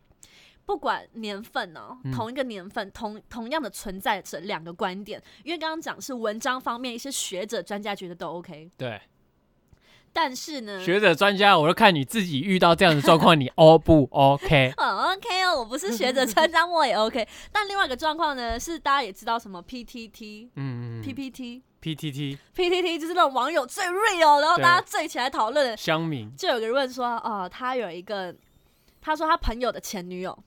不管年份呢、
嗯
同一个年份，同同样的存在着两个观点。因为刚刚讲是文章方面，一些学者专家觉得都 OK，
对，
但是呢，
学者专家，我就看你自己遇到这样的状况，你 O 不 OK？
哦，OK 哦，我不是学 者专家，我也 OK。但另外一个状况呢，是大家也知道什么 PTT、
嗯嗯嗯
PPT、
PTT
PTT，就是那种网友最 real，然后
对
大家最起来讨论的。
乡民，
就有个人问说，哦，他有一个，他说他朋友的前女友，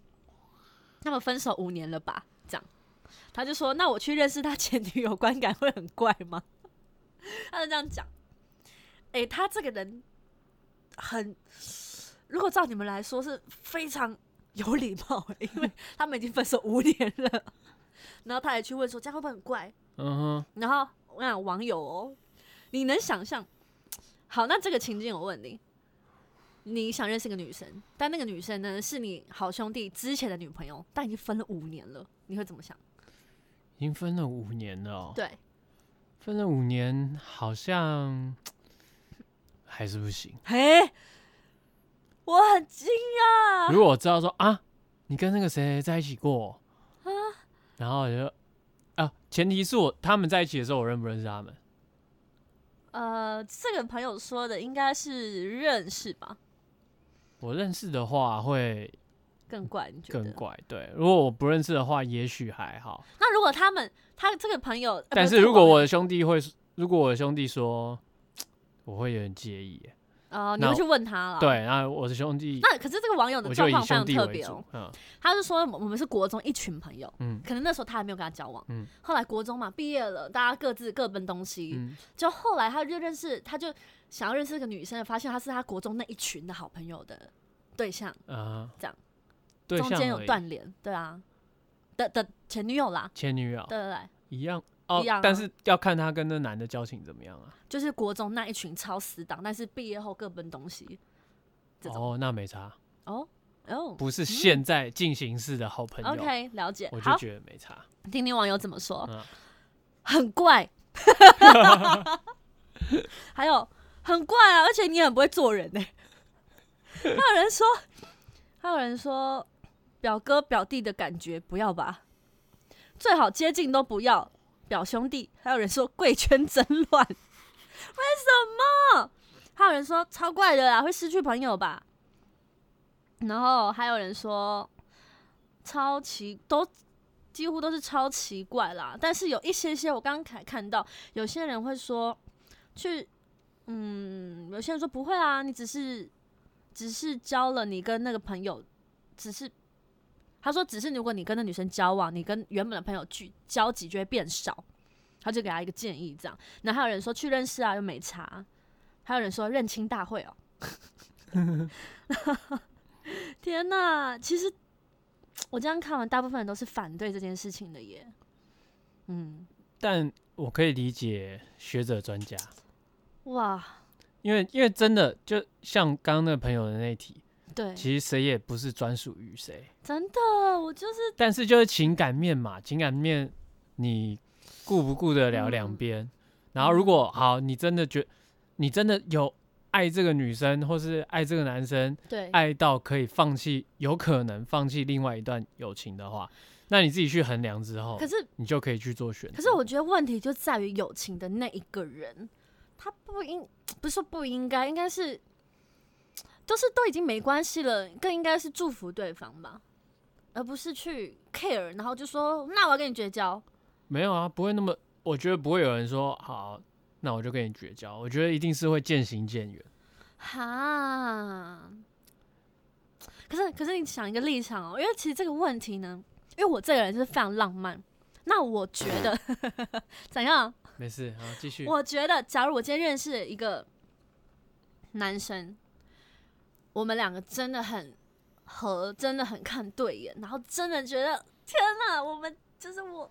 他们分手五年了吧？这样，他就说，那我去认识他前女友，观感会很怪吗？ 他就这样讲。诶，他这个人很，如果照你们来说是非常有礼貌、诶因为他们已经分手五年了，然后他也去问说，这样会不会很怪？
嗯哼，
然后我想网友哦，你能想象？好，那这个情境我问你，你想认识一个女生，但那个女生呢是你好兄弟之前的女朋友，但已经分了五年了，你会怎么想？
已经分了五年了、哦，
对，
分了五年，好像还是不行。
嘿，我很惊讶，
如果我知道说啊，你跟那个谁谁在一起过哦然后我就啊，前提是我他们在一起的时候，我认不认识他们？
呃，这个朋友说的应该是认识吧，
我认识的话会
更怪，你觉得？
更怪，对。如果我不认识的话，也许还好。
那如果他们他这个朋友，呃
但
不
是如果
这个网
我
友
的兄弟会如果我的兄弟说，我会有点介意耶。
哦，你
那
会
我
去问他了。。
对，然后我的兄弟，
那可是这个网友的
我就
状
以
况非
兄
常
弟
特
为
别哦
主，。嗯
他是说我们是国中一群朋友，
嗯
可能那时候他还没有跟他交往，
嗯
后来国中嘛毕业了，大家各自各奔东西，
嗯，
就后来他就认识，他就想要认识个女生，发现她是他国中那一群的好朋友的对象，
啊，
这样
对
中
象
间有
而已
断联，对啊，的的前女友啦，
前女友
对对对，
一样哦
一样啊，
但是要看他跟那男的交情怎么样啊。
就是国中那一群超死党，但是毕业后各奔东西，这种
哦，那没差，
哦哦
不是现在进行式的好朋友。
，OK，了解，
我就
好，哦
觉得没差。
听听网友怎么说，
嗯，
很怪，还有很怪啊，而且你很不会做人呢、还有人说，还有人说，表哥表弟的感觉不要吧，最好接近都不要，表兄弟。还有人说贵圈真乱，为什么？还有人说超怪的啦，会失去朋友吧。然后还有人说超奇都几乎都是超奇怪啦。但是有一些些，我刚刚看看到有些人会说去，嗯，有些人说不会啊，你只是只是交了你跟那个朋友，只是他说只是如果你跟那女生交往，你跟原本的朋友聚交集就会变少。他就给他一个建议，这样。然后还有人说去认识啊，又没差。还有人说认亲大会哦、哦 天哪！其实我这样看完，大部分人都是反对这件事情的耶。嗯，
但我可以理解学者专家，
哇，
因为因为真的就像刚刚那个朋友的那一题，
对，
其实谁也不是专属于谁，
真的，我就是
但是就是情感面嘛，情感面你顾不顾得了两边，
嗯
然后如果好，你真的觉你真的有爱这个女生或是爱这个男生，
对，
爱到可以放弃，有可能放弃另外一段友情的话，那你自己去衡量之后
可，是
你就可以去做选择。
可是我觉得问题就在于友情的那一个人，他不应不是说不应该，应该是都是都已经没关系了，更应该是祝福对方吧，而不是去 care，然后就说那我要跟你绝交。
没有啊，不会那么，我觉得不会有人说好，那我就跟你绝交。我觉得一定是会渐行渐远。
哈，可是可是你想一个立场哦，因为其实这个问题呢，因为我这个人就是非常浪漫，那我觉得 怎样？
没事，好继续。
我觉得，假如我今天认识一个男生，我们两个真的很合，真的很看对眼，然后真的觉得天哪，我们就是我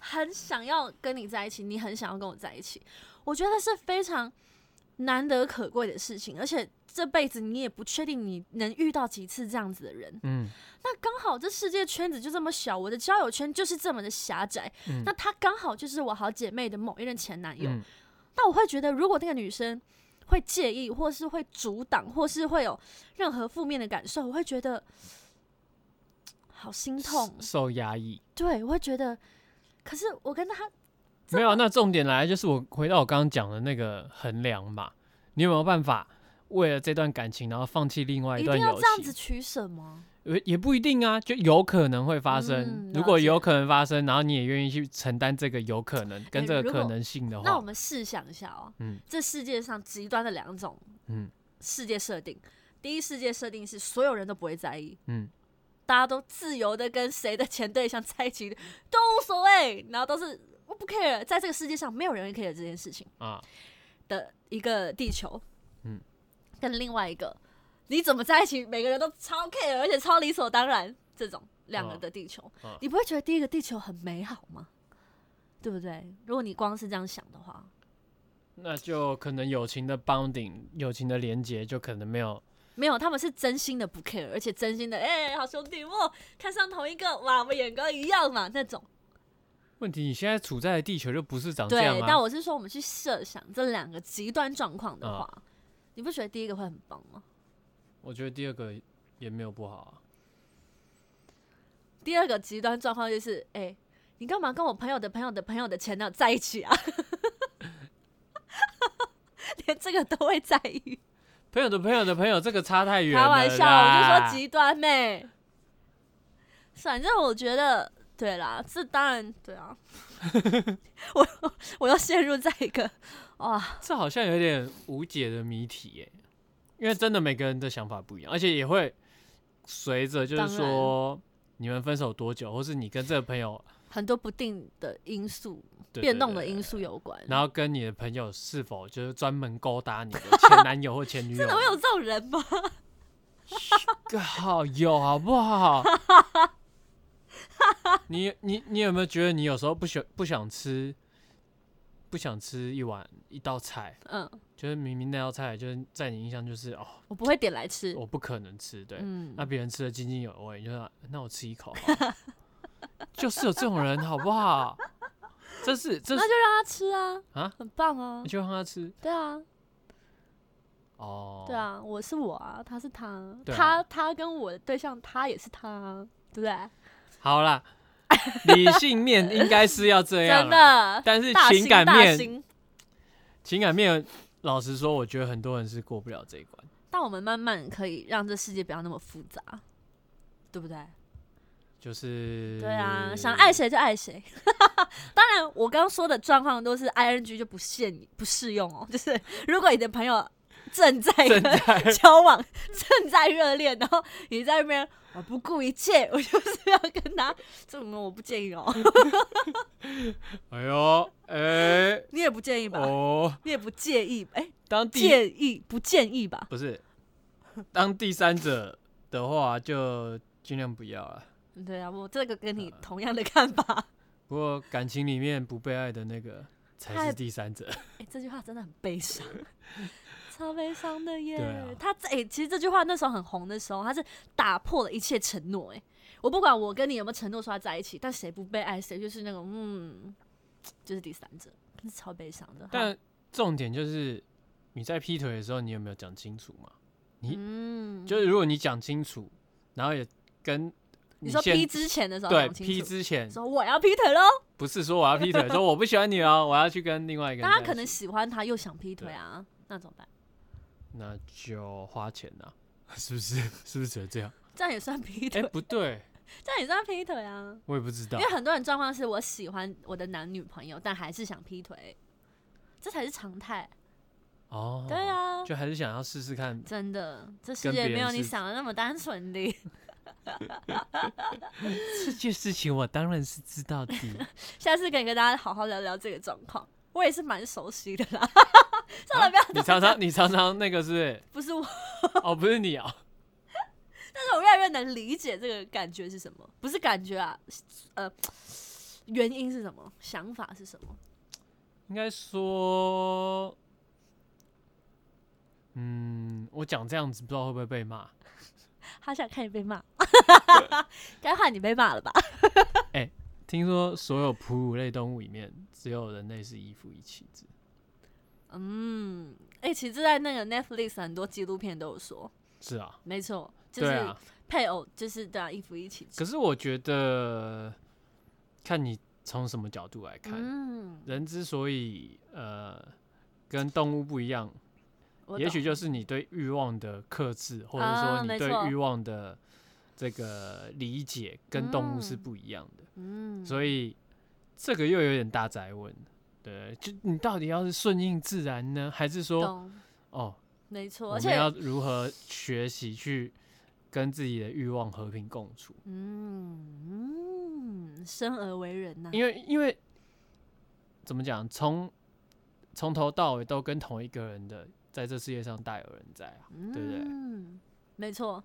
很想要跟你在一起，你很想要跟我在一起，我觉得是非常难得可贵的事情，而且这辈子你也不确定你能遇到几次这样子的人。
嗯，
那刚好这世界圈子就这么小，我的交友圈就是这么的狭窄，
嗯
那他刚好就是我好姐妹的某一任前男友。
嗯
那我会觉得，如果那个女生会介意，或是会阻挡，或是会有任何负面的感受，我会觉得好心痛。
受压抑。
对，我会觉得，可是我跟他
没有啊，那重点来就是我回到我刚刚讲的那个衡量嘛，你有没有办法为了这段感情，然后放弃另外
一
段
定要
友
这样子
情？
取舍吗？
也也不一定啊，就有可能会发生。
嗯
如
了
果
解
有可能发生，然后你也愿意去承担这个有可能跟
哎
这个
如
可
果
能性的
那
话
我，们试想一下哦，
嗯
这世界上极端的两种
嗯
世界设定，第一世界设定是所有人都不会在意，
嗯，
大家都自由的跟谁的前对象在一起都无所谓，然后都是我不 care，在这个世界上没有人会 care 这件事情
啊，
的一个地球，
嗯，
跟另外一个你怎么在一起，每个人都超 care，而且超理所当然，这种两个
嗯
的地球，
嗯
你不会觉得第一个地球很美好吗？对不对？如果你光是这样想的话，
那就可能友情的 bonding，友情的连接就可能没有。
没有，他们是真心的不 care，而且真心的，哎、好兄弟，我看上同一个，哇，我们眼光一样嘛，那种。
问题你现在处在的地球就不是长这样
对，但
啊，
我是说，我们去设想这两个极端状况的话，你不觉得第一个会很棒吗？
我觉得第二个也没有不好啊。
第二个极端状况就是，哎、你干嘛跟我朋友的朋友的朋友的前男友在一起啊？ 连这个都会在 意，
朋友的朋友的朋友，这个差太远
开
了啦。
玩笑，我就说极端妹、反正我觉得对啦，这当然对 啊，我我又陷入在一个哇，
这好像有点无解的谜题耶，因为真的每个人的想法不一样，而且也会随着就
当
是
然
说你们分手多久，或是你跟这个朋友
很多不定的因素、
对
变
对
动
对
的因素有关。
然后跟你的朋友是否就是专门勾搭你的前男友或前女友，
真的会有这种人吗？
有好有好不好？ 你你你有没有觉得你有时候不想不想吃不想吃一碗一道菜，
嗯，
就是明明那道菜就是在你印象就是哦
我不会点来吃。
我不可能吃，对，
嗯
那，别人吃的津津有味，你就说那我吃一口好了， 就是有这种人好不好？这是这
那
是
就让他吃啊，
啊
很棒啊
你，就让他吃
对啊，
哦，
对，啊，我是我啊，他是他，
对
他
啊
他跟我的对象，他也是他啊，对不对？
好啦，理性面应该是要这样
真
啦，
的，
但是
大
情
心
感
大
面，
心。
情感面，老实说，我觉得很多人是过不了这一关，
但我们慢慢可以让这世界不要那么复杂，对不对？
就是
对啊，想爱谁就爱谁。 当然，我刚刚说的状况都是 ing 就不限不适用哦。就是如果你的朋友正在
正
跟
在
交往，正在热恋，然后你在那边我不顾一切，我就是要跟他，这种我不建议哦，
哎呦哎
你也不建议吧？
哦，
你也不介意？哎、
当第
建议不建议吧？
不是当第三者的话，就尽量不要了。
对啊，我这个跟
呃
你同样的看 法。
不过感情里面不被爱的那个才
太
是第三者，
哎、这句话真的很悲伤， 超悲伤的耶！
对啊
他这、欸、其实这句话那时候很红的时候，他是打破了一切承诺。哎，我不管我跟你有没有承诺说要在一起，但谁不被爱，谁就是那种嗯，就是第三者，是超悲伤的。
但重点就是你在劈腿的时候，你有没有讲清楚嘛？你
嗯，
就是如果你讲清楚，然后也跟
你说
先
劈之前的时候
对
讲清
劈
楚
之前，
说我要劈腿喽，
不是说我要劈 腿，说我不喜欢你哦，我要去跟另外一个人
但
在一
他
起。
可能喜欢他又想劈腿啊，那怎么办？
那就花钱呐、 是不是？是不是只有这样？
这样也算劈
哎、
腿，
不对，
这样也算劈腿啊。
我也不知道
因为。很多人状况是我喜欢我的男女朋友，但还是想劈腿，这才是常态。
哦，
对，啊，
就还是想要试试看。
真的，这世
跟
界
别
没有
人
你
是
想的那么单纯的。
这件事情我当然是知 道的。
下次可以跟大家好好聊聊这个状况，我也是蛮熟悉的 啦。
算了，不要。你常常你常常那个是不是？
不是我，
哦，不是你啊、
但是我越来越能理解这个感觉是什么，不是感觉啊，呃，原因是什么，想法是什么？
应该说，嗯，我讲这样子不知道会不会被骂。
他想看你被骂， 该换你被骂了吧？
听说所有哺乳类动物里面，只有人类是一夫一妻制。
嗯，哎、其实，在那个 Netflix 很多纪录片都有说，
是啊，
没错，就
对
是
啊。
配偶，就是对啊，一夫一妻制。
可是我觉得，看你从什么角度来看，
嗯，
人之所以呃跟动物不一样，
我
也
懂
许就是你对欲望的克制，或者
啊
说你
没
对
错
欲望的这个理解跟动物是
嗯
不一样的，
嗯，
所以这个又有点大宅问。对，就你到底要是顺应自然呢，还是说
懂，
哦，
没错，
我
而
们
且
要如何学习去跟自己的欲望和平共处？
嗯，嗯，生而为人呐、
因为因为怎么讲，从从头到尾都跟同一个人的在这世界上大有人在啊，对不对啊
嗯，没错，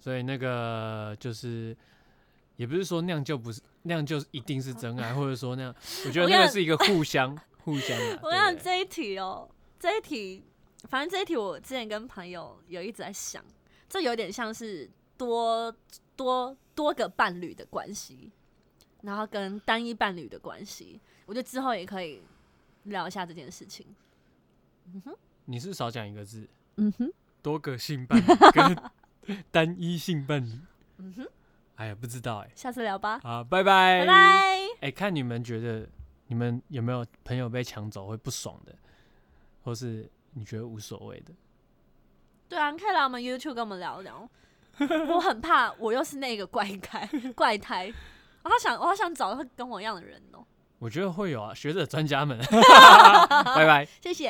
所以那个就是也不是说那样就不是那样就一定是真爱，或者说那样，我觉得
我
那个
跟
是一个互相互相啊。
我
对
想
不对
这一题哦，这一题，反正这一题我之前跟朋友有一直在想，这有点像是多多多个伴侣的关系，然后跟单一伴侣的关系，我觉得之后也可以聊一下这件事情。
你是少讲一个字，
嗯哼，
多个 性伴侣跟单一性伴侣。
嗯哼，
哎呀，不知道哎、
下次聊吧，
好，拜拜
拜拜。
哎、看你们觉得你们有没有朋友被抢走会不爽的，或是你觉得无所谓的？
对啊，你可以来我们 YouTube 跟我们聊聊。我很怕，我又是那个怪胎，怪胎，我好想，我好哦想找会跟我一样的人哦、
我 觉得会有啊，学者专家们，拜拜。
谢谢。